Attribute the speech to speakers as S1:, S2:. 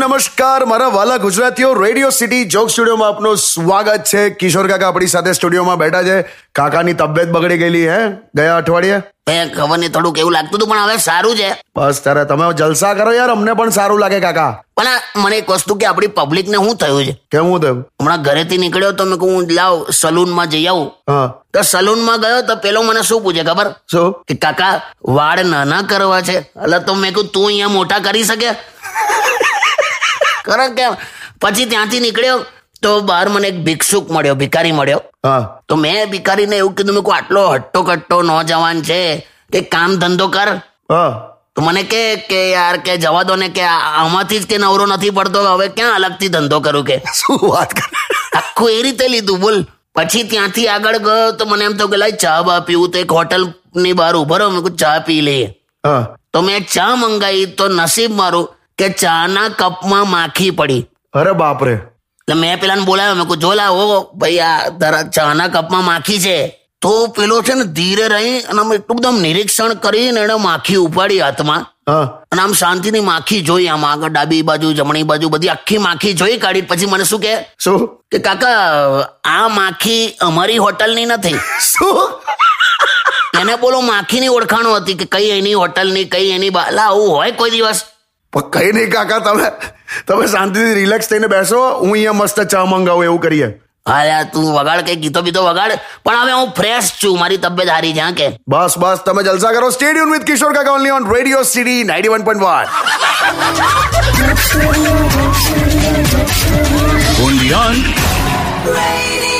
S1: નમસ્કાર મારા વાલા ગુજરાતીઓ રેડિયો સિટી જોક સ્ટુડિયોમાં આપનું સ્વાગત છે કિશોર કાકા આપણી સાથે સ્ટુડિયોમાં બેઠા છે કાકાની તબિયત બગડી ગયેલી હે ગયા અઠવાડિયે
S2: એ ખબર નહીં થોડુંક એવું લાગતું હતું પણ હવે સારું છે
S1: બસ તારે તમે જલસા કરો યાર અમને પણ સારું લાગે કાકા
S2: પણ આ મને એક વસ્તુ કે આપણી પબ્લિક ને શું થયું છે
S1: કેવું થયું
S2: હમણાં ઘરેથી નીકળ્યો તો મેં કહું હું લાવ સલૂનમાં જઈ આવું
S1: હા
S2: તો સલૂનમાં ગયો તો પેલો મને શું પૂછે ખબર
S1: શું
S2: કે કાકા વાળ નાના કરવા છે એટલે તો મેં કહ્યું તું અહીંયા મોટા કરી શકે કરે કે પછી ત્યાંથી નીકળ્યો તો બહાર મને એક ભિક્ષુક મળ્યો ભિખારી મળ્યો
S1: હા
S2: તો મેં ભિખારીને એવું કીધું મેં કહું આટલો હટ્ટો કટ્ટો નોજવાન છે કે કામ ધંધો કર
S1: હા
S2: તો મને કે કે યાર કે જવા દો ને કે આ- આમાંથી જ કે નવરો નથી પડતો હવે ક્યાં અલગથી ધંધો કરું કે
S1: શું વાત કરે
S2: આખું એ રીતે લીધું બોલ પછી ત્યાંથી આગળ ગયો તો મને એમ થયું કે લાય ચા બા પીવું તો એક હોટલ ની બહાર ઉભો રહ્યો મેં કીધું ચા પી લઈએ
S1: હા
S2: તો મેં ચા મંગાવી તો નસીબ મારું કે ચાના કપમાં માખી પડી
S1: અરે બાપરે
S2: એટલે મેં પેલાને બોલાવ્યો મેં કીધું જોલા ઓ ભાઈ આ તારા ચાના કપમાં માખી છે તો પેલો છે ને ધીરે રહી અને આમ એટલું બધું આમ નિરીક્ષણ કરીને એને માખી ઉપાડી હાથમાં
S1: હા
S2: અને આમ શાંતિની માખી જોઈ આમ આગળ ડાબી બાજુ જમણી બાજુ બધી આખી માખી જોઈ કાઢી પછી મને શું કે
S1: શું
S2: કે કાકા આ માખી અમારી હોટલની નથી
S1: શું
S2: એને બોલો માખીની ઓળખાણો હતી કે કઈ એની હોટલની કઈ એની બા- લા આવું હોય કોઈ દિવસ
S1: પણ કઈ નહીં કાકા તમે તમે શાંતિથી રિલેક્સ થઈને બેસો હું અહીંયા મસ્ત ચા મંગાવું એવું કરીએ
S2: હા યાર તું વગાડ કઈ ગીતો બીતો વગાડ પણ હવે હું ફ્રેશ છું મારી તબિયત હારી છે હા કે
S1: બસ બસ તમે જલસા કરો સ્ટેડિયમ વિથ કિશોર કાકા only on radio city ninety one point one
S3: Undian.
S4: Radio